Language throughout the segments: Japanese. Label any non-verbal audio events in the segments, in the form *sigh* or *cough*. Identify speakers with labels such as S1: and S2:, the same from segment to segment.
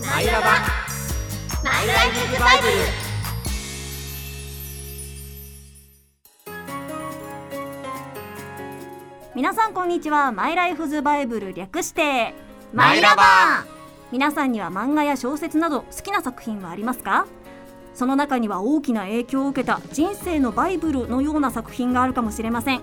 S1: マイラバ
S2: マイライフズバイブル
S3: 皆さんこんにちはマイライフズバイブル略して
S1: マイラバ
S3: 皆さんには漫画や小説など好きな作品はありますかその中には大きな影響を受けた人生のバイブルのような作品があるかもしれません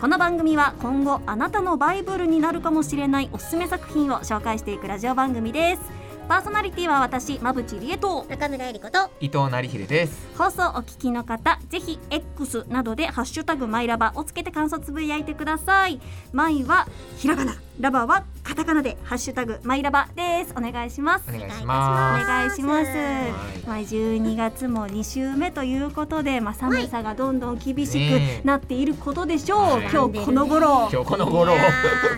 S3: この番組は今後あなたのバイブルになるかもしれないおすすめ作品を紹介していくラジオ番組ですパーソナリティは私馬淵理恵と
S2: 中村えり子と
S1: 伊藤成秀です
S3: 放送お聞きの方ぜひ X などで「ハッシュタグマイラバ」をつけて感想つぶやいてくださいマイはひらがなラバはカタカナで「ハッシュタグマイラバ」ですお願いします
S1: お願いし
S3: お
S1: ま
S3: 願いします
S1: はい
S3: まあ12月も2週目ということで、まあ、寒さがどんどん厳し
S1: ね
S3: くなっていることでしょう、
S1: はい
S3: 今日この頃
S1: す今日この頃
S2: いや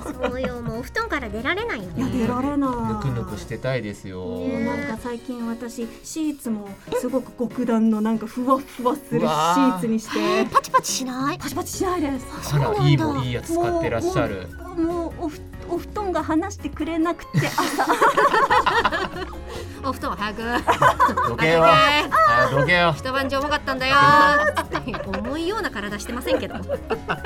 S2: ーそうよもうお布団から出られないよ
S3: いや
S2: ね
S3: 出られない
S1: ぬくぬくしてたいですよ
S3: もうなんか最近私シーツもすごく極暖のなんかふわふわするシ
S1: うわー
S3: ーツにし
S2: えー
S3: て
S2: パチパチしない
S3: パチパチしないです
S1: あらいいもんいいやつ使ってらっしゃる
S3: もうもうおふお布団が離してくれなくて
S1: *laughs*
S3: 朝
S4: お布団早く
S1: どけよあどけよ
S4: 一晩中重かったんだよ重いような体してませんけど
S3: まあ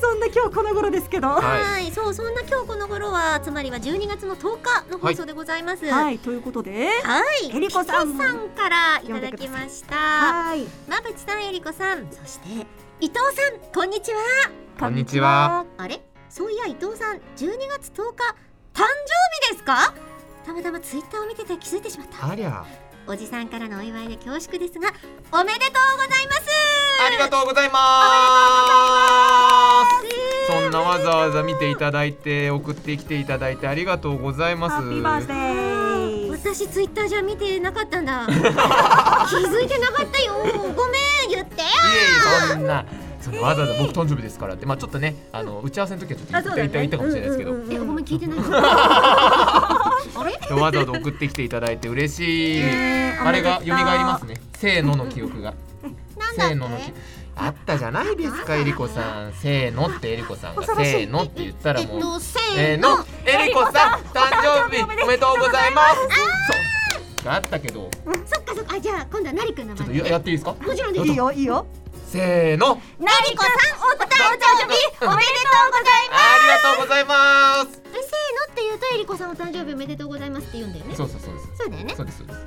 S3: そんな今日この頃ですけどは
S1: はい
S2: はいそうそんな今日この頃はつまりは12月の10日の放送でございます
S3: い、
S2: はい
S3: ということで
S2: はい
S3: えりこさん
S2: ピケさんからいただきました
S3: はい
S2: まぶちさんえりこさんそして伊藤さんこんにちは
S1: こんにちは
S2: あれそういや伊藤さん12月10日誕生日ですかたまたまツイッターを見てて気づいてしまった
S1: ありゃ
S2: おじさんからのお祝いで恐縮ですがおめでとうございます
S1: ありがとうございますそんなわざわざ見ていただいて送ってきていただいてありがとうございます
S3: ハッピーバースデー
S2: 私ツイッターじゃ見てなかったんだ気づいてなかったよごめん言ってよ
S1: いえいえそんなそのわざわざ僕誕生日ですからってまあちょっとねあの打ち合わせの時はちょっと言った言った言ったかもしれないですけど、
S2: うんうん
S4: え
S2: う
S4: ご
S2: ん
S4: めん聞いてないあれ
S1: わざわざ送ってきていただいて嬉しい、
S3: えー
S1: あれが蘇りますねせーのの記憶が
S2: なん
S1: せー
S2: だ
S1: の
S2: っ
S1: の
S2: て
S1: 記あったじゃないですかえりこさんせーのってえりこさんがせ
S3: 恐ろしい
S1: ーのって言ったら
S2: えっ
S1: もう
S2: とせ
S1: えー
S2: ーの
S1: のえりこさん誕生日おめでとうございますそうがあったけど
S2: そっかそっかあじゃあ今度はなりくんの
S1: ちょっと
S2: 番
S1: ややっていいですか
S2: もちろんで
S3: い
S2: す
S3: いよいいよ
S1: せーの
S2: なりこさんお誕生日おめでとうございます
S1: ありがとうございます
S2: えせーのって言うとえりこさんお誕生日おめでとうございますって言うんだよね
S1: そうそうそうです
S2: そうだよね
S1: そうですそうです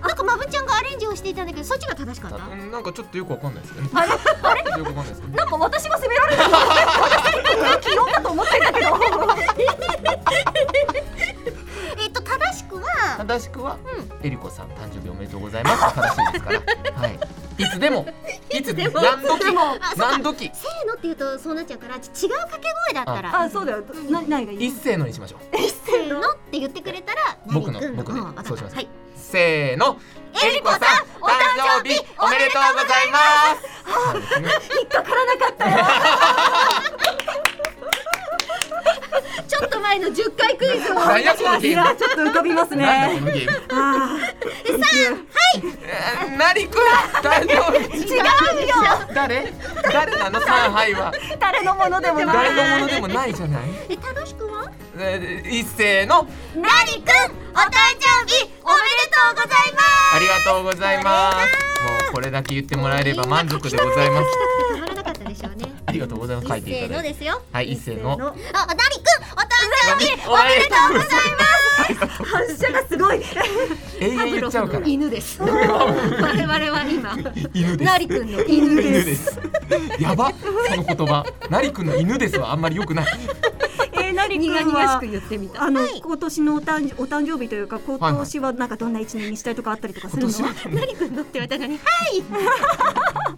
S2: なんかまぶちゃんがアレンジをしていたんだけどそっちが正しかった
S1: う
S2: なん
S1: なんかちょっとよくわかんないですけどねあれよくわかんないですけどね
S3: なんか私が責められてる私気温だと思ってんだけど
S2: えっと正しくは
S1: 正しくは、えりこさん誕生日おめでとうございます正しいですから、はい、いつでもいつでも何時も何時
S2: せーのって言うとそうなっちゃうから違う掛け声だったら
S3: あそうだよな何がい
S1: 一
S3: い
S1: 斉のにしましょう
S2: せーのって言ってくれたらなり
S1: 僕
S2: くん
S1: の僕の
S2: んわかった
S1: そうします
S2: はい
S1: せーの
S2: えりこさんお誕生日おめでとうござい
S1: ますそうですね
S3: 引っかからなかったよ
S2: ちょっと前の10回クイズをは
S1: 何やこのゲ
S3: い
S1: ー
S3: や
S1: ム
S3: ちょっと浮かびます
S1: なんだ
S3: ね
S1: このゲーム
S3: あ
S1: えーなりくん誕生日
S2: 違うよ
S1: 誰誰 *laughs* なの三杯は
S3: ー誰のものでもな
S1: 誰
S3: い
S1: のものでもないじゃない
S2: え正しくは
S1: えー一斉の
S2: なりくんお誕生日おめでとうございます
S1: ありがとうございますもうこれだけ言ってもらえれば満足でございます
S2: ならなかったでしょうね
S1: ありがとうございます書いてい
S2: せ
S1: た
S2: ー
S1: だ
S2: の
S1: いて
S2: ですよ
S1: はい一斉の
S3: *laughs*
S2: あなりくんお誕生日
S1: おめでとうござい
S3: 反射がすごい
S1: 永遠言っちゃうから
S4: 犬です我々は今
S1: 犬
S4: なりくんの犬
S1: 犬ですやばその言葉なりくんの犬ですはあんまり良くない
S3: えー、なりくん
S4: 苦々し
S3: は
S4: く言ってみた
S3: あの、
S2: はい
S3: 今年のお誕生お誕生日というか今年はなんかどんな一年にしたいとかあったりとかす
S1: 今
S3: るの？
S1: 年は
S4: なりくんのって私に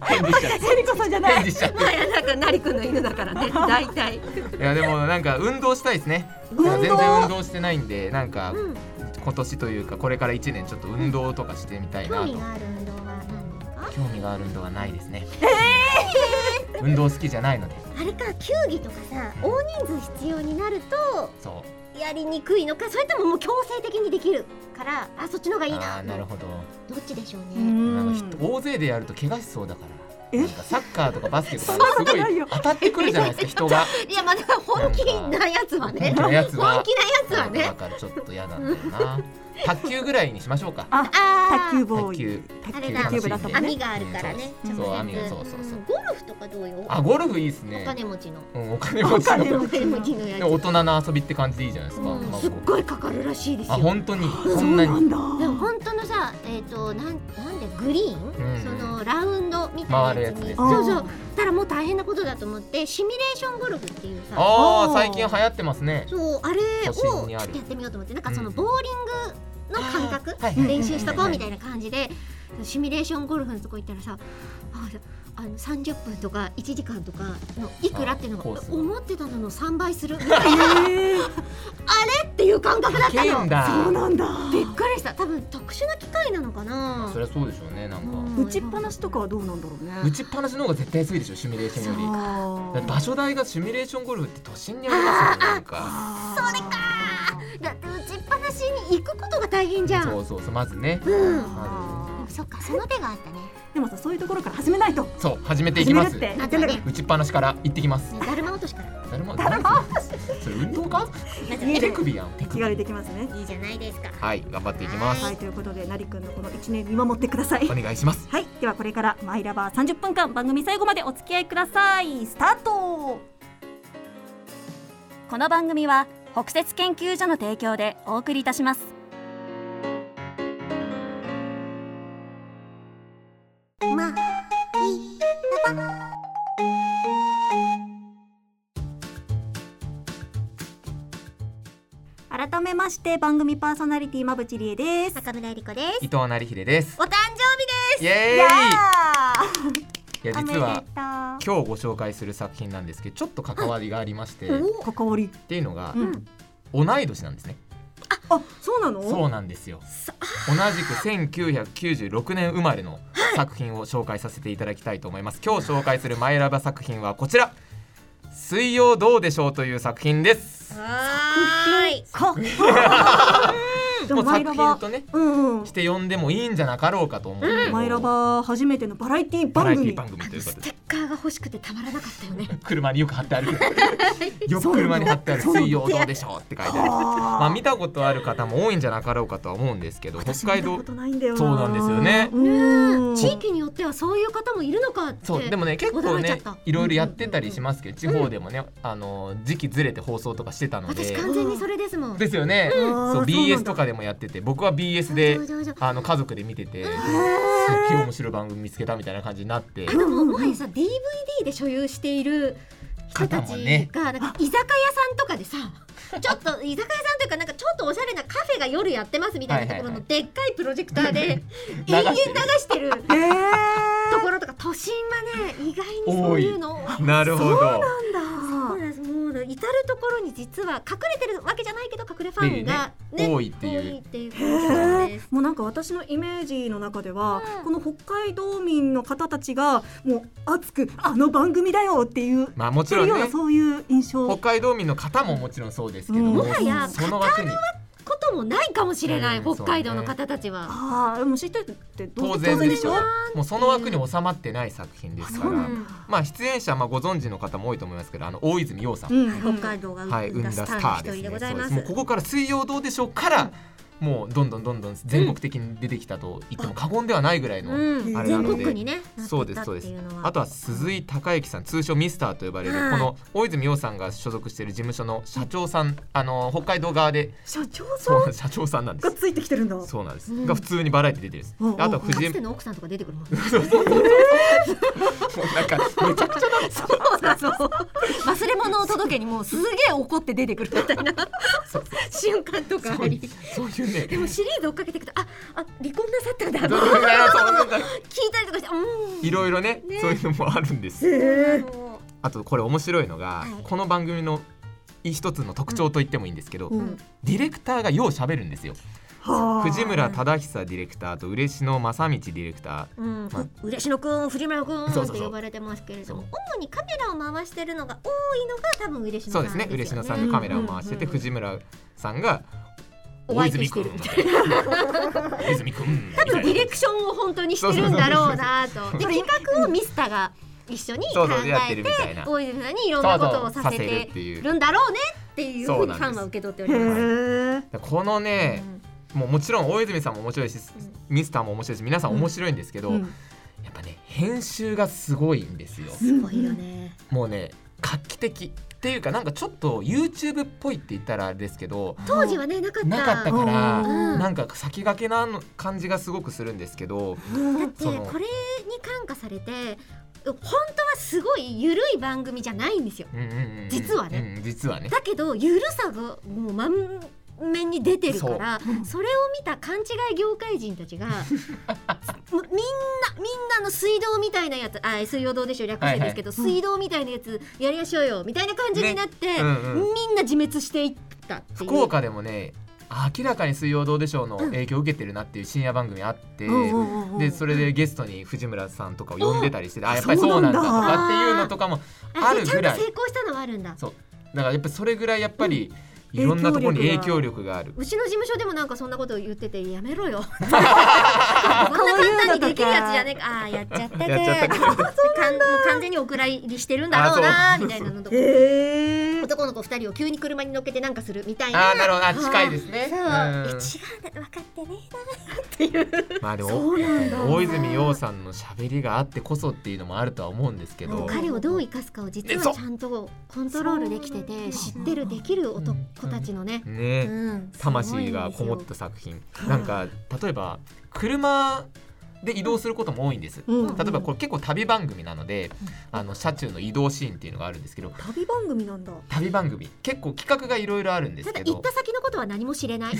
S1: 返事しちゃう
S3: セリコさんじゃない。
S1: 返事しちゃう
S4: まあなんかなりくんの犬だからね大体
S1: いやでもなんか運動したいですね
S3: 運動
S1: 全然運動してないんでなんか今年というかこれから一年ちょっと運動とかしてみたい
S2: 興
S1: なと
S2: 味がある運動は何ですか
S1: 興味がある運動はないですね運動好きじゃないので
S2: あれか球技とかさ大人数必要になると
S1: そう
S2: やりにくいのかそれとももう強制的にできるからあそっちの方がいい
S1: あ
S2: な
S1: ーなるほど
S2: どっちでしょう
S3: う
S2: ね
S3: ん
S1: なんかひ大勢でやると怪我しそうだからなんかサッカーとかバスケとかすごい当たってくるじゃないですか人が。
S2: いやまあだから本気なやつはね
S1: 本気のやつは
S2: 本気なやつは
S1: だ
S2: ね
S1: からちょっと嫌なんだよな。卓球ぐらいにしましょうか。
S3: あ
S2: あ
S3: 卓
S2: ー
S3: 球ボーイ
S2: あ
S3: 卓
S2: れ
S3: 球
S2: だ
S3: 卓球部だったもんね
S2: 網があるからね
S1: うんそう網がそうそうそうん
S2: ゴルフとかどうよ
S1: あゴルフいいです
S2: お
S1: ね。
S2: 金持ちの
S1: うんお金持ちの
S3: お金
S2: お金持ちのや
S1: で
S2: つ
S1: も大人の遊びって感じでいいじゃないですか。
S2: うん
S1: まあ
S2: すっごいかかるらしいです
S1: あ
S2: よ
S1: 本当に
S3: そ
S1: こん
S3: う
S1: な
S3: な
S1: に
S3: んだ
S2: でも本当のさえっ、となんなんでグリーン、
S1: うん
S2: そのラウンドみたいなやつに
S1: 回るやつですね
S2: そうそうたらもう大変なことだと思ってシミュレーションゴルフっていうさ
S1: ああ最近流行ってますね。
S2: そうあれを
S1: 都
S2: ちょ
S1: 心
S2: っと
S1: に
S2: や
S1: あ
S2: っ
S1: る
S2: てみようと思ってなんか
S1: うん
S2: そのボーリングの感覚、
S1: はいはい
S2: 練習しとこうみた
S1: い
S2: いな感じでシミュレーションゴルフのとこ行ったらさああの30分とか1時間とかのいくらっていうの
S1: あコ
S2: が
S1: ースが
S2: 思ってたのの3倍するみたいな
S3: えー
S2: っていう感覚だった
S1: いけん
S2: の
S1: だ。
S3: そうなんだ
S2: びっくりした多分特殊な機械なのかな
S1: そりゃそうでしょうねなんか。
S2: うん
S3: 打ちっぱなしとかはどうなんだろうね
S1: 打ちっぱなしの方が絶対安いでしょシミュレーションよりだ
S3: あ
S1: って場所代がシミュレーションゴルフって都心にありますよねなんか
S3: それか
S2: だって打ちっぱなしに行くことが大変じゃん
S1: そうそうそうまずね
S2: うん
S3: あ
S2: そっかその手があったね
S3: ーでもさそういうところから始めないと
S1: そう始めてい
S3: 始
S1: き
S3: め
S1: ま
S3: るっ
S1: す
S3: て言
S1: 打
S3: ってんだか
S2: あ
S3: ら
S1: ちっぱなしから行ってきます
S2: ねだるま落とし
S1: *laughs*
S2: から
S1: 誰も誰もそれ運動か
S2: なんかね
S1: 手首やん手
S3: 気
S1: 首
S3: 軽にできますね
S2: いいじゃないですか
S1: はい頑張っていきます
S3: はいということでなりくんのこの一年見守ってください
S1: お願いします
S3: はいではこれからマイラバー30分間番組最後までお付き合いくださいスタートこの番組は北節研究所の提供でお送りいたします
S2: まあ
S3: 改めまして番組パーソナリティまぶちりえです
S2: 中村えり子です
S1: 伊藤成秀です
S2: お誕
S1: イエーイい
S3: や
S1: や
S3: ーおめ
S1: 実
S3: で
S1: は
S3: と
S1: 今日ご紹介する作品なんですけどちょっと関わりがありましてっ
S3: う関わり
S1: ていうのが
S3: うん
S1: 同い年なんですね
S3: あそうなの
S1: そうなんですよ同じく1996年生まれの作品を紹介させていただきたいと思います今日紹介するマイラバ作品はこちら水曜どうでしょうという作品です
S2: はーい
S3: か *laughs* で
S1: も
S3: も
S1: う
S3: マイラ
S1: 作
S3: バ
S1: 品
S3: ー
S1: とね
S3: うんうん
S1: して呼んでもいいんじゃなかろうかと思って、う
S3: マイラバー初めてのバラエティ
S1: バ
S3: 番
S1: ラエティ
S3: 組
S1: 番組というこ
S2: ス
S1: と
S2: テ
S1: で
S2: ッカーが欲しくてたまらなかったよね
S1: 車によく貼
S3: *laughs*
S1: ってあるよく車に貼ってある「
S3: そうなんだ
S1: 水曜どうでしょう」って書いて
S3: *laughs*
S1: あるまあ
S3: あー
S1: 見たことある方も多いんじゃなかろうかとは思うんですけど北海
S3: 見た
S1: 道
S3: ことないんだよな
S1: そうなんですよね
S3: うん
S2: 地域によってはそういう方もいるのかって
S1: そうでもね結構
S2: 驚いちゃっ
S1: ね
S2: た
S1: いろいろやってたりしますけど地方でもねあの時期ずれて放送とかしてたの
S2: 私
S1: で
S2: 完全にそれですもん
S1: ですよね
S3: うん
S1: そ
S3: あ
S1: う
S3: ーそうなん
S1: BS
S3: だ
S1: とかでもやってて僕は BS で
S2: そうそうそう
S1: あの家族で見ててすっげえ面白い番組見つけたみたいな感じになって
S2: あのもうもはやさ DVD で所有している人たち
S1: 方
S2: が、
S1: もね
S2: なんか居酒屋さんとかでさちょっ
S1: *laughs*
S2: と居酒屋さんというかなんかちょっとおしゃれなカフェが夜やってますみたいなところ
S1: はいはい
S2: のでっかいプロジェクターで
S1: *laughs* 流
S2: 永遠流
S1: してる
S2: してる
S3: えー
S2: ところとか都心はね意外にそういうの
S1: なるほど
S2: そうなんですもう至る所に実は隠れてるわけじゃないけど隠れファンが、ね
S1: 多いっていう
S2: 多いっていう
S3: へ
S2: 感じで
S3: ー
S2: す。
S3: もうなんか私のイメージの中では、
S2: うん
S3: この北海道民の方たちがもう熱くあの番組だよっていう、
S1: まあもち
S3: する
S1: ろん
S3: ような
S1: ね
S3: そういう印
S1: 北
S3: 象
S1: 海道民の方ももちろんそうですけど
S3: うん
S1: も
S3: も
S2: はや
S1: その枠に
S2: こともないかもしれない、
S1: うん
S2: 北海道の方たちは。
S3: ああでも知ってるってどう
S1: 当然でしょ
S3: 当
S1: もうその枠に収まってない作品ですか
S3: そう
S1: ら
S3: なんだ
S1: まあ出演者まあご存知の方も多いと思いますけどあの大泉洋さん
S3: うん
S2: はい北海道が
S1: はい、
S2: 生
S1: 生
S2: ん
S1: ん
S2: だ
S1: だ
S2: ス
S1: ス
S2: タ
S1: タ
S2: ー
S1: ー
S2: の
S1: で
S2: 一
S1: す
S2: 人でご
S1: ね。
S2: ざい
S1: そうで
S2: ますす。
S1: もうここから水曜どうでしょうから、もうどんどんどんどん全国的に出てきたと言っても過言ではないぐらいの。
S2: うん、
S1: あれな
S2: 全
S1: ので
S2: 国にね、な
S1: そう
S2: って
S1: で
S2: た
S1: す
S2: っ
S1: そうで
S2: て
S1: す
S2: いうのは。
S1: あとは鈴井孝之さん通称ミスターと呼ばれる
S2: はい
S1: この大泉洋さんが所属している事務所の社長さんあの北海道側で
S3: 社長さ
S1: そうん社長さんなんで
S3: が
S1: す
S3: ついてきてるんだ
S1: そうなんです、
S2: うん
S1: が普通にバラエティ出てるんです、
S3: うんうんうん
S1: あとは
S2: か
S1: 藤井
S2: つての奥さんとか出てくるもん。 *laughs*
S1: もうなんかめちゃくちゃなんですよ
S5: 忘れ物を届けにもうすげえ怒って出てくるみたいな瞬間とか
S1: そ
S5: あ
S1: う
S5: り
S1: そういうね
S2: でもシリーズ追っかけていくと、あ、あ、離婚なさったんだ。聞
S1: どういうのやらそうなんか
S2: いたりとかして、う
S1: *laughs* いろいろねそういうのもあるんです
S3: え
S2: ん。もう
S1: あとこれ面白いのが、
S2: はい
S1: この番組の一つの特徴と言ってもいいんですけど、
S3: うんん、
S1: ディレクターがよう喋るんですよ
S3: はあ
S1: 藤村忠久ディレクターと嬉野正道ディレクタ
S2: うん
S1: まあ、
S2: 嬉野くん、藤村くん
S1: そうそう
S2: っ
S1: そう
S2: て呼ばれてますけれども
S1: そ、
S2: 主にカメラを回してるのが多いのが多分嬉
S1: ー
S2: 野
S1: そ
S2: さんで
S1: う
S2: よ
S1: ですす
S2: ね。
S1: ね嬉野さんがカメラを回してて、
S2: うんうんうん
S1: 藤村さんが
S2: お
S1: 大
S2: 相手
S1: 泉
S2: して
S1: 君
S2: るみたい
S1: な大泉君
S2: な多分ディレク
S1: シ
S2: ションを本当にしてるんだろうなとで
S3: そう
S2: 企画をミスターが一緒に
S1: そ
S2: 考
S1: うそうやっ
S2: え
S1: てるみ
S2: て
S1: たいな
S2: 大泉さんにいろんなことをさせ
S1: そうそうさせる
S2: て
S1: っていう
S2: るんだろうねっていうふうにファンは受け取っております。
S1: このね、もうもちろん大泉さんも面白いし、ミスターも面白いし皆さん
S6: うん
S1: 面白いんですけど、
S6: うん
S1: やっぱね編集がすごいんですよ
S3: すごいよね。
S1: もうね画期的っていうかなんかちょっと YouTube っぽいって言ったらあれですけど
S2: 当時はねなかった
S1: なかったから、
S2: うん
S1: なんか先駆けなの感じがすごくするんですけど、
S3: だっ
S1: そ
S3: て
S1: の
S2: これに感化されて本当はすごい緩い番組じゃないんですよ
S1: うんうんうんうん
S2: 実はね
S1: うん実はね
S2: だけど緩さがもう満面に出てるからそれを見た勘違い業界人たち
S1: *laughs*
S2: がもうみんなみんなの水道みたいなやつあ水曜どうでしょう略してですけど、水道みたいなやつやりましょうよみたいな感じになって、
S1: ねうんう
S2: みんな自滅していったっていう
S1: 福岡でもね明らかに「水曜どうでしょう」の影響を受けてるなっていう深夜番組あって、でそれでゲストに藤村さんとかを呼んでたりして、あやっぱりそうなんだとかっていうのとかも
S2: あ
S1: ある
S2: ちゃ
S1: ぐ
S2: んと
S1: らい
S2: 成功したのはあるんだ
S1: だからやっぱりそれぐらいやっぱりいろんなところに影響力がある。
S2: うちの事務所でもなんかそんなことを言っててやめろ
S1: *laughs*
S2: よこん
S6: こ
S2: な簡単にできるやつじゃねえ
S6: ね
S2: かああーやっちゃったか
S1: やっちゃったか
S2: かんもう完全にお蔵入りしてるんだろうなみたいなのとか
S6: え
S2: *laughs*
S6: ー、
S2: 男の子2人を急に車に乗っけてなんかするみたいな
S1: あーなるほどあ近いですね。
S2: そう、
S1: うん
S2: え違うんだ分かってね
S1: まあで
S2: そ
S1: も
S2: うなんだ
S1: 大泉洋さんの喋りがあってこそっていうのもあるとは思うんですけど。
S2: 彼をどう生かすかを実
S1: ねそ
S2: は
S1: う
S2: ちゃんとコントロールできてて知ってるできる男たちのね、う
S1: ね
S2: ん、
S1: 魂がこもった作品なんか例えば車で移動することも多いんです。
S6: うん
S1: 例えばこれ結構旅番組なので、あの車中の移動シーンっていうのがあるんですけど
S6: 旅番組なんだ
S1: 旅番組結構企画がいろいろあるんです
S2: ただ
S1: け
S2: 行っ
S1: ど
S2: た先のことは何も知れない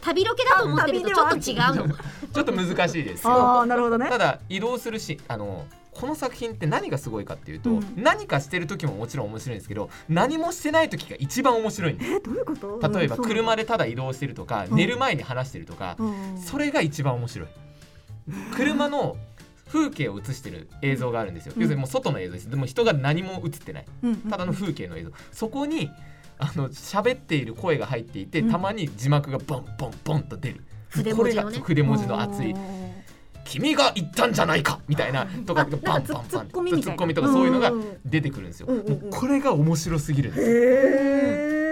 S2: 旅ロケだと思ってるとちょっと違うの
S1: ちょっと難しいですよ。
S6: ああなるほどね
S1: ただ移動するしあのこの作品って何がすごいかっていうと、
S6: うん
S1: 何かしてる時ももちろん面白いんですけど何もしてない時が一番面白いんです
S6: えどういうこと
S1: 例えば車
S6: で、
S1: でただ移動してるとか、
S6: うん
S1: 寝る前に話してるとか、
S6: うん
S1: それが一番面白い車の風景を映してる映像があるんですよ、
S6: うん
S1: 要するにもう外の映像ですでも人が何も映ってない
S6: うんうん
S1: ただの風景の映像そこにあの喋っている声が入っていて、
S6: うん
S1: たまに字幕がボンボンボンと出る
S2: 筆
S1: こ
S2: 文
S1: れ
S2: 字
S1: が
S2: のね
S1: 筆文字の熱い
S6: あ
S1: 「君が言ったんじゃないか」みたいなとかがバンバンバン
S6: ツッコミみた
S1: ツ
S6: いな
S1: ッコミとかそういうのが
S6: んん
S1: 出てくるんですよ。
S6: うんうんうん
S1: もうこれが面白すぎるんですよ
S6: へ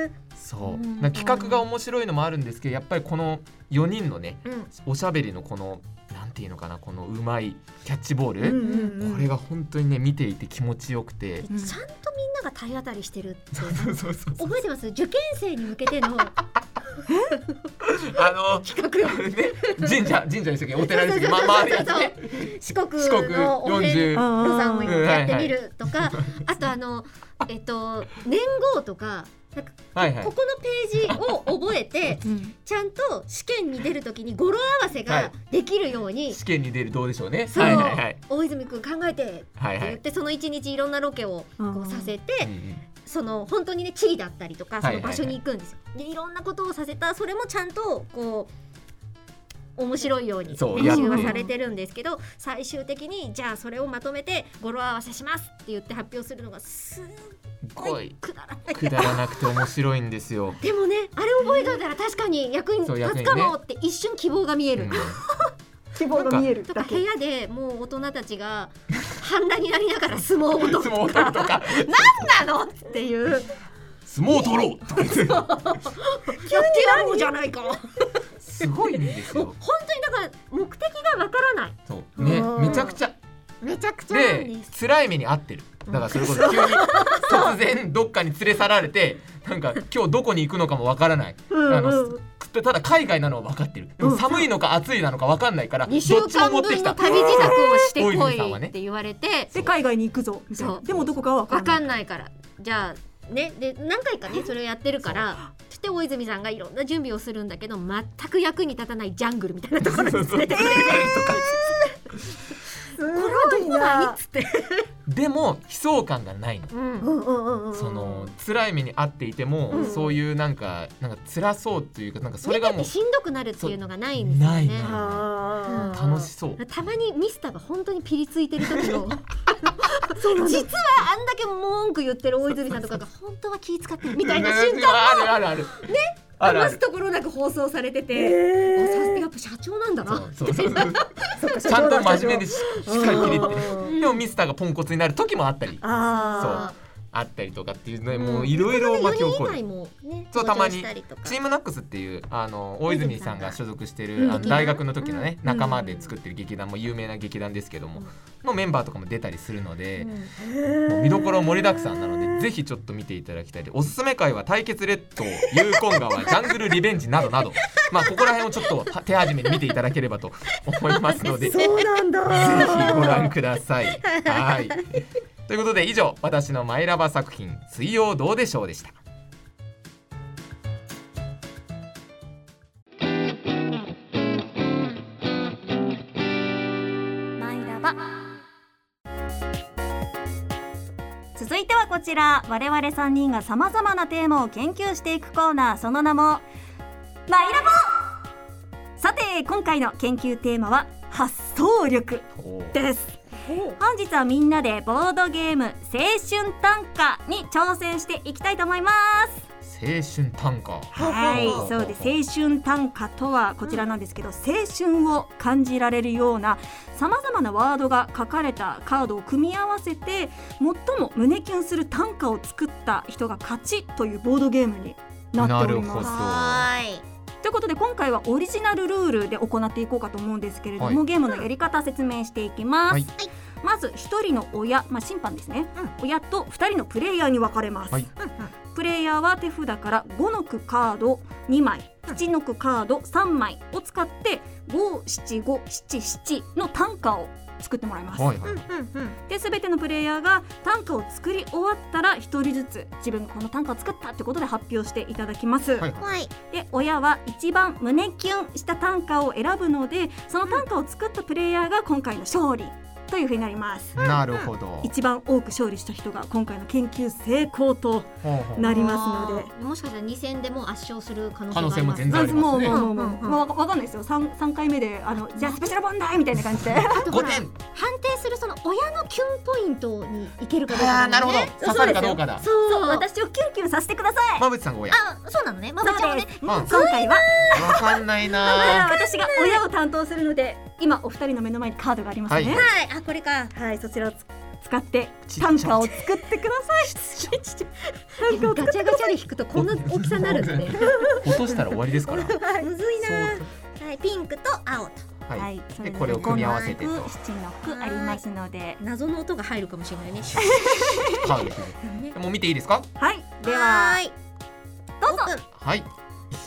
S6: え
S1: そう
S6: うん
S1: なんか企画が面白いのもあるんですけどやっぱりこの4人のね
S2: うん
S1: おしゃべりのこのなんていうのかなこのうまいキャッチボール、
S6: うんうん
S1: これが本当にね見ていて気持ちよ
S2: *laughs*
S1: くて、
S6: うん
S2: ちゃんとみんなが体当たりしてるって
S1: そうそうそう
S2: *laughs* 覚えてます受験生に向けての
S1: あ
S2: *laughs*
S1: の
S2: 企画
S1: ね神社神社でしたっけお寺でしたっけま
S2: そう
S1: 回
S2: そう
S1: る
S2: そ
S1: や
S2: うそう
S1: つね
S2: 四国
S1: 四国
S2: のお遍
S1: 40
S2: 路さんを
S6: うん
S2: やってみるとかあとあのえっと年号とかなんか
S1: はいはい
S2: ここのページを覚え
S1: *laughs*
S2: て
S6: うん
S2: ちゃんと試験に出るときに語呂合わせができるように
S1: 試験に出るどうでしょうね
S2: そう
S1: はいはいはい
S2: 大泉君考えてって
S1: はいは
S2: 言っ
S1: い、
S2: てその一日いろんなロケをこうさせて
S1: うんうん
S2: その本当にね地理だったりとかそ
S1: はいは
S2: の
S1: いはい
S2: 場所に行くんですよ。でいろんなことをさせたそれもちゃんとこう面白いように
S1: そう
S2: 練習
S6: やっ
S2: は
S6: て
S2: されてるんですけど最終的にじゃあそれをまとめて語呂合わせしますって言って発表するのがすっご
S1: 来
S2: い
S1: い
S2: くだらない。
S1: くだらなくて面白いんですよ。
S2: でもねあれ覚えといたら確かに役に
S1: そう
S2: 立
S1: 役に
S2: つ
S1: ね
S2: かもって一瞬希望が見える。
S6: 希望が見える
S2: とか
S6: だ
S2: 部
S6: け
S2: 屋でもう大人たちが半裸になりながら相撲を取る
S1: 相撲を取るとか
S2: なのっていう
S1: 相撲を取ろうとか言って
S2: やってやろうじゃないか本
S1: すごいんですよ。
S2: 当にだから目的がわからない
S1: そうね
S6: うん
S1: めちゃくちゃ
S2: めちゃくちゃなん
S1: で
S2: です
S1: 辛い目に遭ってるだからそれこそ急に突然どっかに連れ去られてなんか今日どこに行くのかもわからないあのただ海外なのは分かってるでも寒いのか暑いなのか分かんないからど
S2: 2
S1: っち
S2: 週間
S1: も
S2: 分
S1: 持
S2: の
S1: って
S2: 旅
S1: き
S2: 支
S1: た
S2: 度をして
S1: 大
S2: こ
S1: 泉さんはいね
S2: って言われて
S6: で海外に行くぞみたいな
S2: そう
S6: でもどこかは分
S2: わ
S6: か
S2: か
S6: ん
S2: ん
S6: ない
S2: ないからじゃあねで何回かねそれをやってるからそして大泉さんがいろんな準備をするんだけど全く役に立たないジャングルみたいなところに連れてこ
S6: これ
S2: れはどこだいっつって、
S1: でも悲壮感がないの
S2: *laughs* うん
S6: うんうんうんうん
S1: その辛い目に遭っていても、
S2: うん
S1: そういうなんかなんか辛そうというかなんかそれ
S2: 見
S1: が
S2: て
S1: も
S2: て
S1: う
S2: しんどくなるっていうのがないんですよ
S1: ない
S2: ね
S1: な。
S6: あー
S1: 楽しそう
S2: たまにミスターが本当にピリついてる時の
S1: *laughs*
S2: あの実はあんだけ文句言ってる大泉さんとかが本当は気使ってるみたいな瞬間
S1: あるあるある
S2: 余すところなく放送されてて、あさやっぱ社長なんだな
S1: そ
S2: *laughs*
S1: うそうそうちゃんと真面目でししっかり切れてでもミスターがポンコツになる時もあったり
S6: あ
S1: あったりとかっていうのでもういろいろ巻き起
S2: 4人
S1: こ
S2: 以外
S1: る。
S2: もね
S1: そうたまに
S2: 登場したりとか
S1: チームナックスっていうあの大泉さんが所属してるあの
S2: 劇団
S1: 大学の時のね仲間で作ってる劇団も有名な劇団ですけどものメンバーとかも出たりするのでもう見どころ盛りだくさんなのでぜひちょっと見ていただきたいでおすすめ会は対決列島有コン川ジャングルリベンジなどなどまあここら辺をちょっと手始めに見ていただければと思いますので
S6: ーそうなん
S1: ぜひご
S6: だ
S1: 覧ください。はい。ということで以上私のマイラバ作品水曜どうでしょうでした。
S6: マイラバ続いてはこちら我々3人がさまざまなテーマを研究していくコーナーその名も「マイラボ」さて今回の研究テーマは「発想力
S1: お」ー
S6: です本日はみんなでボードゲーム「青春短歌」に挑戦していきたいと思います
S1: 青春短歌。
S6: はいそうです青春短歌とはこちらなんですけど、青春を感じられるようなさまざまなワードが書かれたカードを組み合わせて最も胸キュンする短歌を作った人が勝ちというボードゲームになってお
S1: なる
S6: り
S1: ほ
S6: ます
S1: ど。
S2: はい
S6: ということで今回はオリジナルルールで行っていこうかと思うんですけれども、
S1: はい
S6: ゲームのやり方説明していきます、
S1: はい
S6: まず一人の親、まあ、審判ですね、親と二人のプレイヤーに分かれます、
S1: はい
S6: プレイヤーは手札から5の句カード2枚7の句カード3枚を使って5、7、5、7、7の短歌を作ってもらいます、
S1: はいはい。
S6: で全てのプレイヤーが短歌を作り終わったら1人ずつ自分がこの短歌を作ったってことで発表していただきます、
S1: はい
S2: はい
S6: で親は一番胸キュンした短歌を選ぶのでその短歌を作ったプレイヤーが今回の勝利というふうになります
S1: なるほど。
S6: 一番多く勝利した人が今回の研究成功と
S1: ほうほう
S6: なりますので
S2: あーもしかしたら2戦でもう圧勝する可能性
S1: 可能性も全然
S6: ま
S1: あ
S6: ず
S1: り
S6: も
S1: ま
S6: う
S1: すね。
S6: もうもう
S2: うん
S6: も
S2: う
S6: うんわわかんないですよ三三回目であのじゃあスペシャル問題みたいな感
S1: *laughs*
S6: じで
S2: あとほ
S1: 五
S2: ら
S1: 点。
S2: 判定するその親のキュンポイントにいけるかどう
S1: あ
S2: か
S1: あな
S2: だ
S1: る
S2: も
S1: ほ
S2: ん
S1: ど
S2: ね。
S1: 刺さるかどうかだ。
S2: そう
S6: そう私をキュンキュンさせてください
S1: 馬渕さんが親。
S2: あそうなのねまぶちゃんもね
S1: う
S6: そ
S1: ん。わ
S6: 今回は
S1: かんない
S6: 今回は
S1: な。
S6: 私が親を担当するので今お二人の目の前にカードがありますね
S1: は
S2: はいあこれか
S6: はいそちらをつ使って
S1: ちっちゃ
S6: 短歌を作ってくださいちっちゃい短歌を
S2: ガチャガチャで引くとこんな大きさにな *laughs* るんですね
S1: 落としたら終わりですから。
S2: むずい
S1: そう
S2: なはいピンクと青と
S1: は。
S6: はいい、そ
S1: でこれを組み合わせてと
S6: 五の句七の句ありますので、
S2: 謎の音が入るかもしれ
S1: *laughs*
S2: ないね
S1: カード組むもう見ていいですか。
S6: はい、では
S2: ーい
S6: どうぞ。
S1: はい。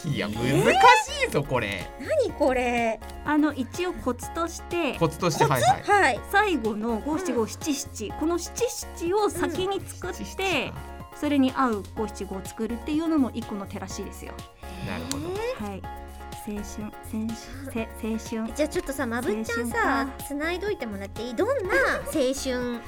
S1: いや難しいぞこれ。
S2: 何これ
S6: あの一応コツとして
S1: コツとしてはいはい。
S2: はい
S6: 最後の五七五七七この七七を先に作って、それに合う五七五を作るっていうのも一個の手らしいですよ。
S1: なるほど。
S6: はい、青春、青春、せ青春。
S2: じゃあちょっとさまぶっちゃん
S6: 青
S2: さ
S6: 春
S2: 繋いどいてもらっていいどんな青春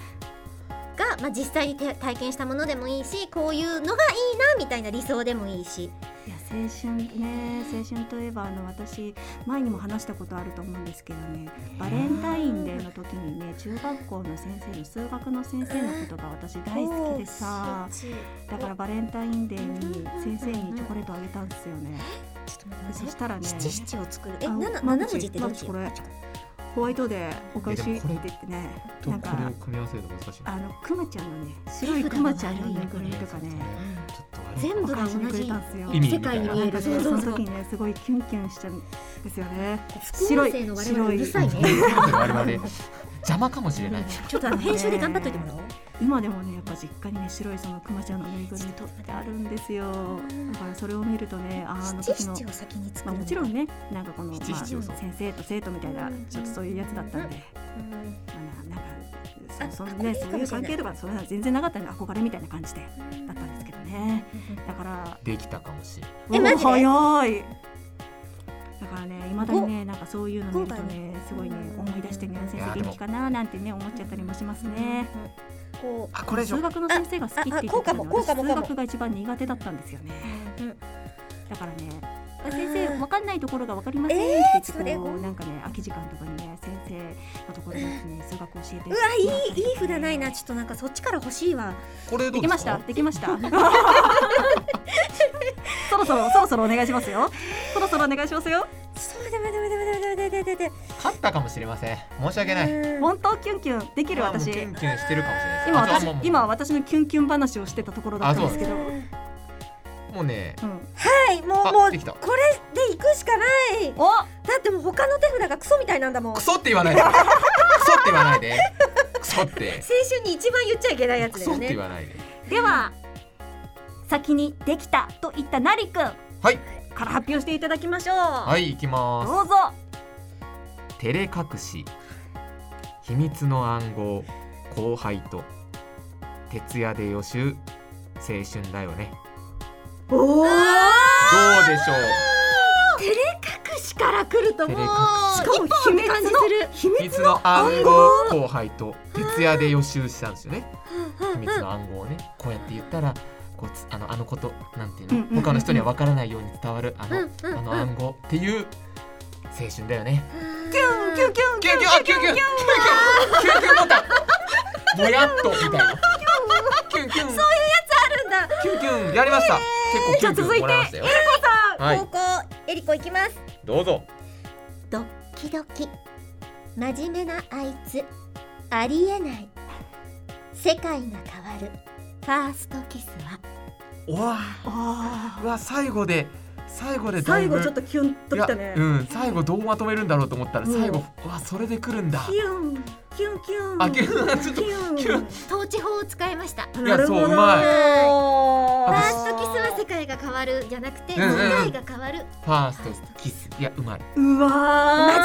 S2: が、まあ、実際にて体験したものでもいいしこういうのがいいなみたいな理想でもいいし
S6: いや青春ね青春といえばあの私前にも話したことあると思うんですけどねバレンタインデーの時にね中学校の先生の数学の先生のことが私大好きでさ
S2: ちょ
S6: だからバレンタインデーに先生にチョコレートあげたんですよね
S2: っと待って
S6: そしたらね
S2: 七七を作るえ
S6: あ
S2: 七七
S6: マム
S2: 文
S6: チ
S2: 字ってどっち
S6: マムチホワイトでお返しっ
S1: いや
S6: て
S1: でもこれ
S6: 言ってね
S1: と
S6: なん
S1: これを
S6: か
S1: 組み合わせると難しいな。
S6: あのクマちゃんのね白いクマちゃんのぬいぐるみとかね
S1: ちょっと悪い
S2: 全部が同じ
S1: 意味
S2: 世界に見える
S6: その時にねすごいキュンキュンしたんですよね
S2: 副音声の我々うるさい
S1: *laughs*
S6: *laughs*
S2: ね
S1: 我々邪魔かもしれない。
S2: ちょっとあの編集で頑張っといてもらおう
S6: 今でもねやっぱ実家にね白いそのクマちゃんのぬいぐるみ取ってあるんですよだからそれを見るとねあーあの
S2: 七
S6: 時の
S2: 七を先に作
S6: まあ
S2: る
S6: もちろんねなんかこの、ま
S1: 七
S6: あ、
S1: 七
S6: 先
S1: をそう
S6: 生と生徒みたいなちょっとそういうやつだったんで、
S2: うん
S6: まあ、なんか
S2: あ
S6: そそ,、
S2: あこれい
S6: ね、
S2: いか
S6: そ
S2: も
S6: ういう関係とかそれは全然なかったんで憧れみたいな感じでだ
S2: うん
S6: ったんですけどねだから
S1: できたかもしれな
S2: え
S1: い。
S2: マジで
S6: 早いだからねいまだにねなんかそういうの見ると
S2: 今回
S6: ねすごいね思い出してね
S1: い
S6: 先
S1: や
S6: 生
S1: でも
S6: 元気かななんてね思っちゃったりもしますね
S2: こ
S1: あこれ以上
S6: 数学の先生が好きって言ってたの
S2: ああ
S6: に
S2: こう
S6: 私
S2: かもこうかもこうかも
S6: 数学が一番苦手だったんですよね
S2: う、うん
S6: だからね
S2: うん
S6: 先生わかんないところがわかりませんって言ってこう、
S2: えーそれ
S6: なんかね空き時間とかにね先生のところに行っ
S2: *laughs*
S6: てね数学教え
S2: う
S6: て
S2: わいいいい札ないなちょっとなんかそっちから欲しいわ
S1: これど
S6: で
S2: *laughs*
S1: う
S6: き
S1: で
S6: ますした
S1: か？
S6: できました *laughs* そろろそろそろそろお願いしますよそろそろお願いしますよ
S3: ちょっと待って待って待って待って待って待って待って
S1: 勝ったかもしれません申し訳ない
S6: 本当キュンキュンできる
S1: あもう
S6: 私
S1: キュンキュンしてるかもしれない
S6: 今
S1: あ
S6: 私
S1: もうもう
S6: 今は私のキュンキュン話をしてたところだったんですけど
S1: もうね
S6: うん
S3: はいも
S1: あ
S3: うもう
S1: できた
S3: これで行くしかない
S6: お
S3: だってもう他の手札がクソみたいなんだもん
S1: ク
S3: 青
S1: ソって言わないでクソって言わないでクソって
S3: 春に一番言っちゃいけないや
S1: ク
S3: つだ
S1: ソ
S3: よ
S1: って言
S3: ね
S1: わないで
S6: では先にできたと言ったなりくんか
S1: はい
S6: ら発表していただきましょう、
S1: はい行きます
S6: どうぞ
S1: 照れ隠し秘密の暗号後輩と徹夜で予習青春だよね
S3: おお
S1: どうでしょう
S2: 隠しから来るともう
S1: 照れ隠し
S2: 一本って感じする
S6: 秘
S1: 秘密の暗号後輩と徹夜で予習したんですよね秘密の暗号をねこうやって言ったらこうつあのあのことなんていう
S6: うんうんうんう
S1: の
S6: ん
S1: 他の人には分からないように伝わるあ
S2: う
S1: の
S2: んうんうん
S1: あの暗号っていう青春だよね
S6: キュンキュンキュン
S1: キュンキュンあキュンキュンキュンキュンキュンキュンボタンもやっとみたいなキュンキュンそういうやつあるんだキュンキュンやりました結構キュンキュンもらいましたよはい
S3: 高校えりこ行きます
S1: どうぞ
S3: ドッキドキ真面目なあいつありえない世界が変わるファーストキスは
S1: うわ
S6: あ
S1: うわ最後で最後で
S6: ー
S1: だ
S6: 最
S1: いぶ
S6: 後ちょっとキュンときたね
S1: いやうん最後どうまとめるんだろうと思ったら
S6: うん
S1: 最後うわそれで来るんだ
S6: キュンキュンキュン
S1: あキュンちょっとキュン
S2: 統治法を使いました
S1: いやそううまい
S2: ファー
S1: あ
S2: ストキスは世界が変わるじゃなくて
S1: うん
S2: 世
S1: うん
S2: 界が変わる
S1: ファーストキスいやうまいう
S6: わ
S2: 真面目な
S6: ー
S2: あ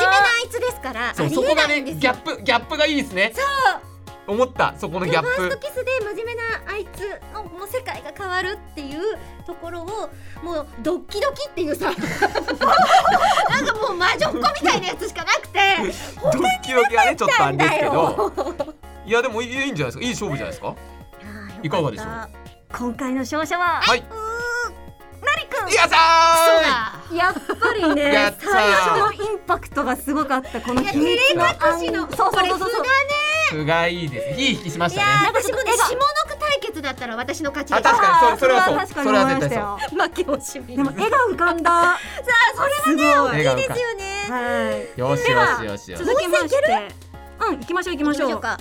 S2: いつですからあ
S1: そう
S2: り
S1: そ
S2: え
S1: こが
S2: な
S1: ね
S2: いん
S1: ギ
S2: ですよ
S1: ャップギャップがいいですねそう思ったそこのギャッ
S2: ファース
S1: プ
S2: トキスで真面目なあいつのもう世界が変わるっていうところをもうドッキドキっていうさなんかもう魔女っ子みたいなやつしかなくて
S1: ドッキドキはねちょっとあれですけ
S2: なん
S1: どいやでもいいいいんじゃないですかいい勝負じゃないですかいかがでしょう
S6: 今回の勝者は
S1: はい
S6: くん
S1: やさ
S2: そう
S1: ー
S2: だ
S6: やっぱり
S1: *laughs* *laughs* や
S6: ね
S1: ったー
S6: 最初のインパクトがすごかったこの秘密の
S2: 照れ隠しの
S6: そうそうそう
S2: こ
S6: そ
S2: れ
S6: う
S2: 素が
S1: いすがいいですいい引きしまし
S2: い
S1: た
S2: や
S1: ね
S2: ー私もね
S6: なんか
S2: 下
S6: ちょ
S2: の句対決だったら私の勝ち
S1: あ
S2: で
S1: 確かにそれそれはそう
S6: 確かに
S1: それは絶対
S6: 思いましたよ
S2: 負け惜しみ
S6: でも絵が浮かんだそれは
S1: 笑顔か
S2: よね
S6: はい
S1: よし
S6: で
S1: よ
S6: は
S1: しよしよし
S6: 続きましてうん行きましょう行きましょう
S2: か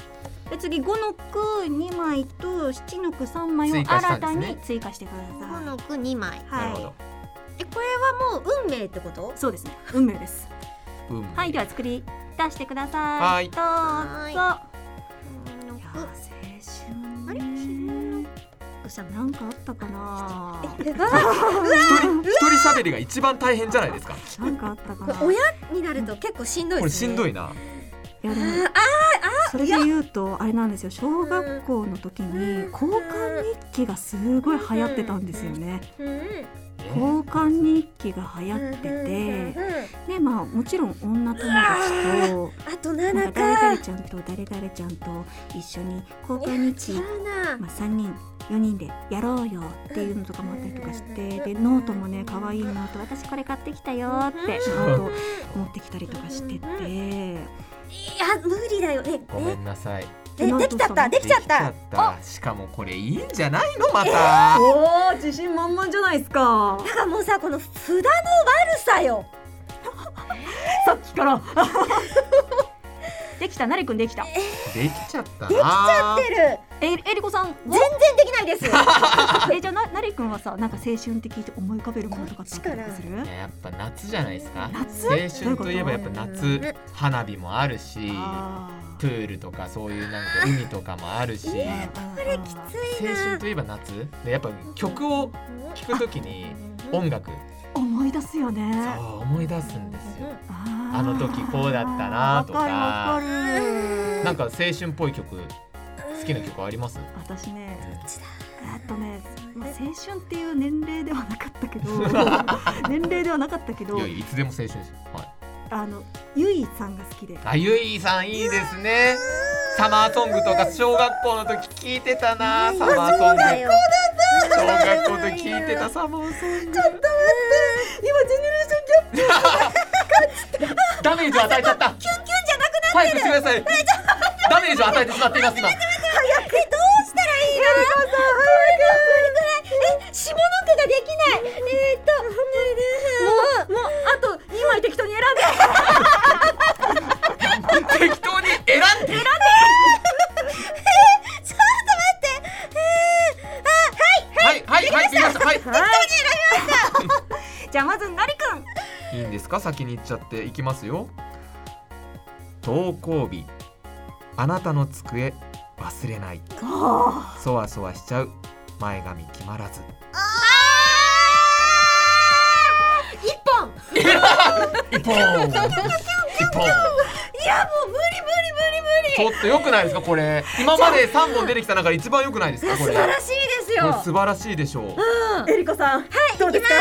S6: で次五の句二枚と七の句三枚を
S1: 追加した
S6: 新
S1: んで
S6: た
S1: すね
S6: に追加してくだ
S2: こ
S6: さい
S2: の句2枚
S1: なる
S6: は
S1: ほ
S6: い
S1: ど
S2: えこれはもう運命ってこと
S6: そうですね運命です
S1: うん
S6: はいでは作り出してくださいどうぞ
S2: はい
S6: いや
S2: の
S6: ー青春
S2: あれ
S6: ね
S2: 句さん
S6: なんかあったかな
S1: 一人喋りが一番大変じゃないですか
S6: なんかあったかな
S2: これ親になると結構しんどいで
S1: これ
S2: す
S1: し
S2: ね
S1: んどいな
S6: あそれで言うとあれなんですよ小学校の時に
S2: うん
S6: 交換日記がすごい流行ってたんですよね
S2: うん
S1: え
S6: 交換日記が流行っててでまあもちろん女友達と
S3: あと
S6: なん
S3: 7
S6: か誰
S3: か
S6: 々ちゃんと誰々ちゃんと一緒に交換日記
S2: うな
S6: まあ、3人4人でやろうよっていうのとかもあったりとかしてでノートもね可愛いノート私これ買ってきたよってノート持ってきたりとかしてて
S3: いや無理だよえ
S1: ごめんなさい
S3: ええできちゃったできちゃった
S1: できちゃったしかもこれいいんじゃないのまた
S6: おお自信満々じゃないですか
S3: だからもうさこの札の悪さよ
S6: さっきからできたなりくんできた
S1: できちゃったなできちゃって
S3: 出る
S6: ええりこさ *laughs* ん
S3: 全然できないです
S6: えじゃあななりくんはさなんか青春的って思い浮かべるものとかってあったりとかする
S1: やっぱ夏じゃないですか
S6: 夏
S1: 青春といえばやっぱ夏
S2: どういう
S1: 花火もあるし
S6: あ
S1: プールとかそういうなんか海とかもあるし
S6: これきつい
S1: 青春といえば夏でやっぱ曲を聴くときに音楽
S6: 思い出すよね
S1: そう思い出すんですよ
S6: あ
S1: あの時こうだったなとか
S6: わかるわかる
S1: なんか青春っぽい曲好きな曲あります
S6: 私ね
S1: どっ
S6: えっとね、まあ、青春っていう年齢ではなかったけ *laughs* ど年齢ではなかったけど
S1: いやいつでも青春ですはい
S6: あのゆいさんが好きで
S1: あゆいさんいいですねサマーソングとか小学校の時聞いてたなサマーソング小学校の時聞いてたサマーソングちょっと待って今ジェネレーションギャップダメージを与えちゃったキュンキュンじゃなくなってる早くしてくださいダメージを与えてしまっています今
S3: えどうしたらいいのこれくらいこれくらいえ下の句ができないえーっと
S6: じゃあまずのりくん
S1: いいんですか先に行っちゃっていきますよ投稿日あなたの机忘れない
S6: あ
S1: そわそわしちゃう前髪決まらず
S2: 一本
S1: 一本一本
S6: いやもう無理
S1: ちょっと良くないですかこれ今まで三本出てきた中で一番良くないですかこ
S6: 無
S1: れ
S6: 理素晴らしいです
S1: もう
S6: よ
S1: 素晴らしいでしょう
S6: えりこさんはいどうですか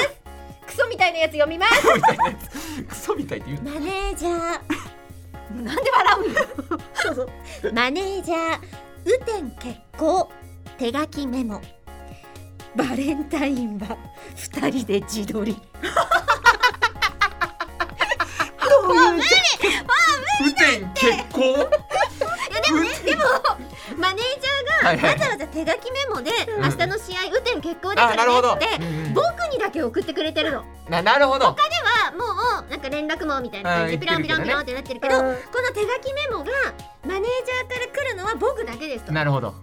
S2: クソみたいなやつ読みます
S1: みたいなやつクソみたいって言う
S3: マネージャ
S2: *laughs* なんで笑うんよ
S6: そうそう
S3: ーマネージャー雨天決行手書きメモバレンタインは
S2: 二人で自撮り
S6: どういう
S1: 雨天結婚
S2: マネージ
S1: はいは
S2: ャーがわ
S1: い
S2: ざわざ手書きメモで
S1: ん
S2: 明日の試合雨天決行です
S1: あなるほど
S2: からねって
S1: うんうん
S2: 僕にだけ送ってくれてるの
S1: ななるほど
S2: はもうなんか連絡網みたいな感じで
S1: うん
S2: ピランピランピランってなってるけど
S6: う
S2: こ
S6: ん
S2: の手書きメモがマネージャーから来るのは僕だけですと
S1: なるほど
S2: わ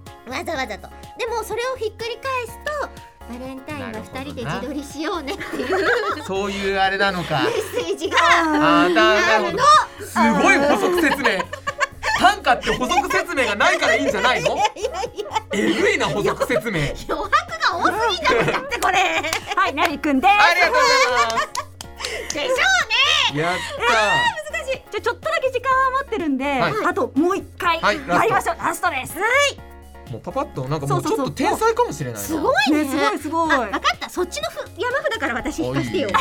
S2: ざわざとでもそれをひっくり返すとバレンタインは2人で自撮りしようねっていうメ
S1: そういうあれなのか
S2: ッセージが
S1: あーな
S2: あ
S1: る
S2: る
S1: ほ
S2: の
S1: どすごい補足説明短歌って補足説明がないからいいんじゃないの
S2: いやいや
S1: えぐいな補足説明
S2: 余白が多すぎじゃなかってこれ
S6: はいなりくんです
S1: ありがとうござ
S2: でし
S1: い
S2: ょ
S1: ますやった
S6: 難しいじゃあちょっとだけ時間は余ってるんで、
S1: はい
S6: あともう一回
S1: はいラスト
S6: 参りましょうラストです
S1: ーもうパパッとなんかもうちょっ
S6: そうそうそ
S1: と
S6: う
S1: 天才かもしれないな
S2: すごいね
S6: ねすごいすごい
S2: あ分かったそっちのふ山札から私引
S1: お
S2: か
S1: い
S2: し
S1: い
S2: て
S1: いい
S2: よ
S1: いこ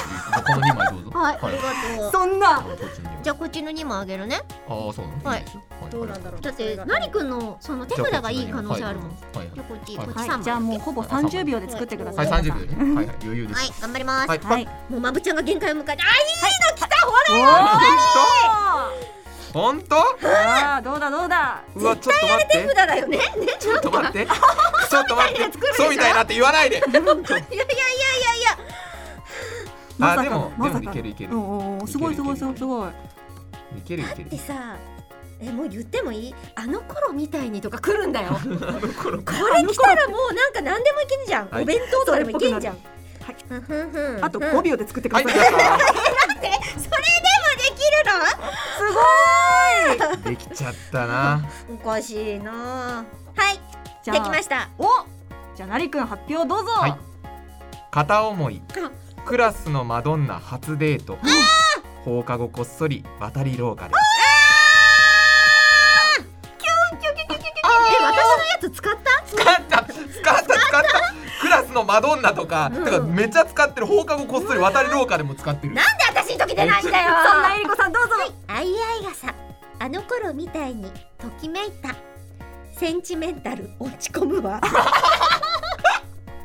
S1: の二枚どうぞ
S2: はいありがとう
S6: そんな
S1: こっちに
S2: じゃあこっちの2もあげるね
S1: ああそうなの、
S2: はい
S1: いいですよ、はい
S6: だろう
S2: だってなりくんのその手札がいい可能性あるもん
S1: じゃこっちの
S2: じゃ
S1: 二枚はい
S2: あこっちこ
S1: は
S2: っ
S1: い
S2: ち
S6: は
S2: 3
S6: いじゃあ
S2: 枚
S6: もうほぼ30秒で作ってくださ
S1: はい
S6: い、
S1: 三十秒ね、はいはい、余裕です。
S2: はい頑張ります
S1: はい
S6: はい
S2: もうまぶちゃんが限界を迎えてあいいの来たほ
S6: お
S1: 本当？
S6: あーどうだどうだ
S1: うわ、ちょっと待って、
S2: ら札だよねね
S1: ちょっと待って、ちょっと待って、そうみたいなって言わないで。
S2: いやいやいやいやいや
S1: あ
S6: まさか
S1: でも
S6: まさか
S1: でもいけるいける
S6: うんうんうんすごいすごいすごいすごい
S1: いけるいける
S2: で。さえもう言ってもいいあの頃みたいにとか来るん
S6: *laughs*
S2: だよこれ来たらもうなんか何でもいけるじゃん、
S1: はい
S2: お弁当とかでもいけんじゃん
S6: はい
S2: うんふんふん
S6: あと
S2: うん
S6: 5秒で作ってく
S1: は
S6: だ
S1: い、
S6: さ
S1: で
S6: い、
S1: きまし
S2: なんでそれ
S6: すごい
S1: た。できちゃったな。
S2: でもできるのおかしいなはい
S6: じ
S2: で
S6: ゃあ
S2: きました
S6: おじゃあなりくん発表どうぞ、
S1: はい。片思い。クラスのマドンナ初デート。放課後こっそり渡り廊下で。
S2: え私のやつ使った
S1: 使った使った使ったクラスのマドンナとか、
S2: うん
S1: てかめっちゃ使ってる放課後こっそり渡り廊下でも使ってる。
S2: なんで私の時出ないんだよ
S6: そんなえりこさんどうぞ、
S2: *laughs*
S3: アイアイ傘あの頃みたいにときめいたセンチメンタル落ち込むわ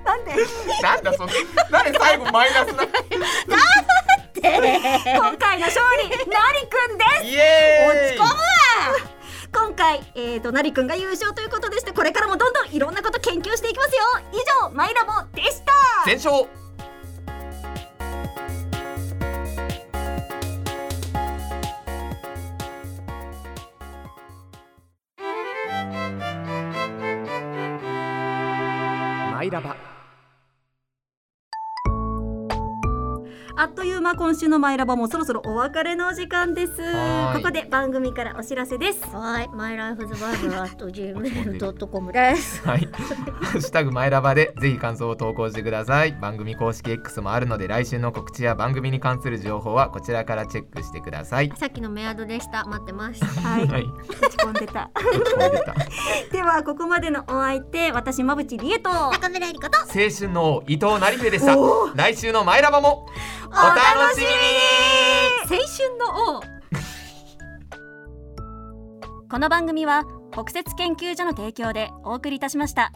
S6: なんで
S1: なんだその、なんで最後マ
S2: *laughs*
S1: イナスな。
S6: 今回の勝利なりくんで
S1: イエーイ。
S6: 落ち込す今回、えー、となりくんが優勝ということでしてこれからもどんどんいろんなこと研究していきますよ以上マイラボでした
S1: 全勝。マイラバ。
S6: あっという間今週のマイラボもそろそろお別れのお時間です
S1: はー
S6: こ
S1: い
S6: こで番組からお知らせです
S2: はい、マイライフズバーブアット gmail.com です。
S1: はい。ハッシュタグマイラバでぜひ感想を投稿してください。番組公式 X もあるので来週の告知や番組に関する情報はこちらからチェックしてください。
S2: さっきのメアドでした。待ってます。
S6: はい
S1: はい。
S6: 落ち込んでた
S1: 落ち込んで
S6: *laughs*
S1: た。
S6: ではここまでのお相手私まぶちりえと
S2: 中村えりこと。
S1: 青春の王伊藤成秀でした。来週のマイラバもお楽しみに。
S2: 青春の王。
S6: この番組は北雪研究所の提供でお送りいたしました。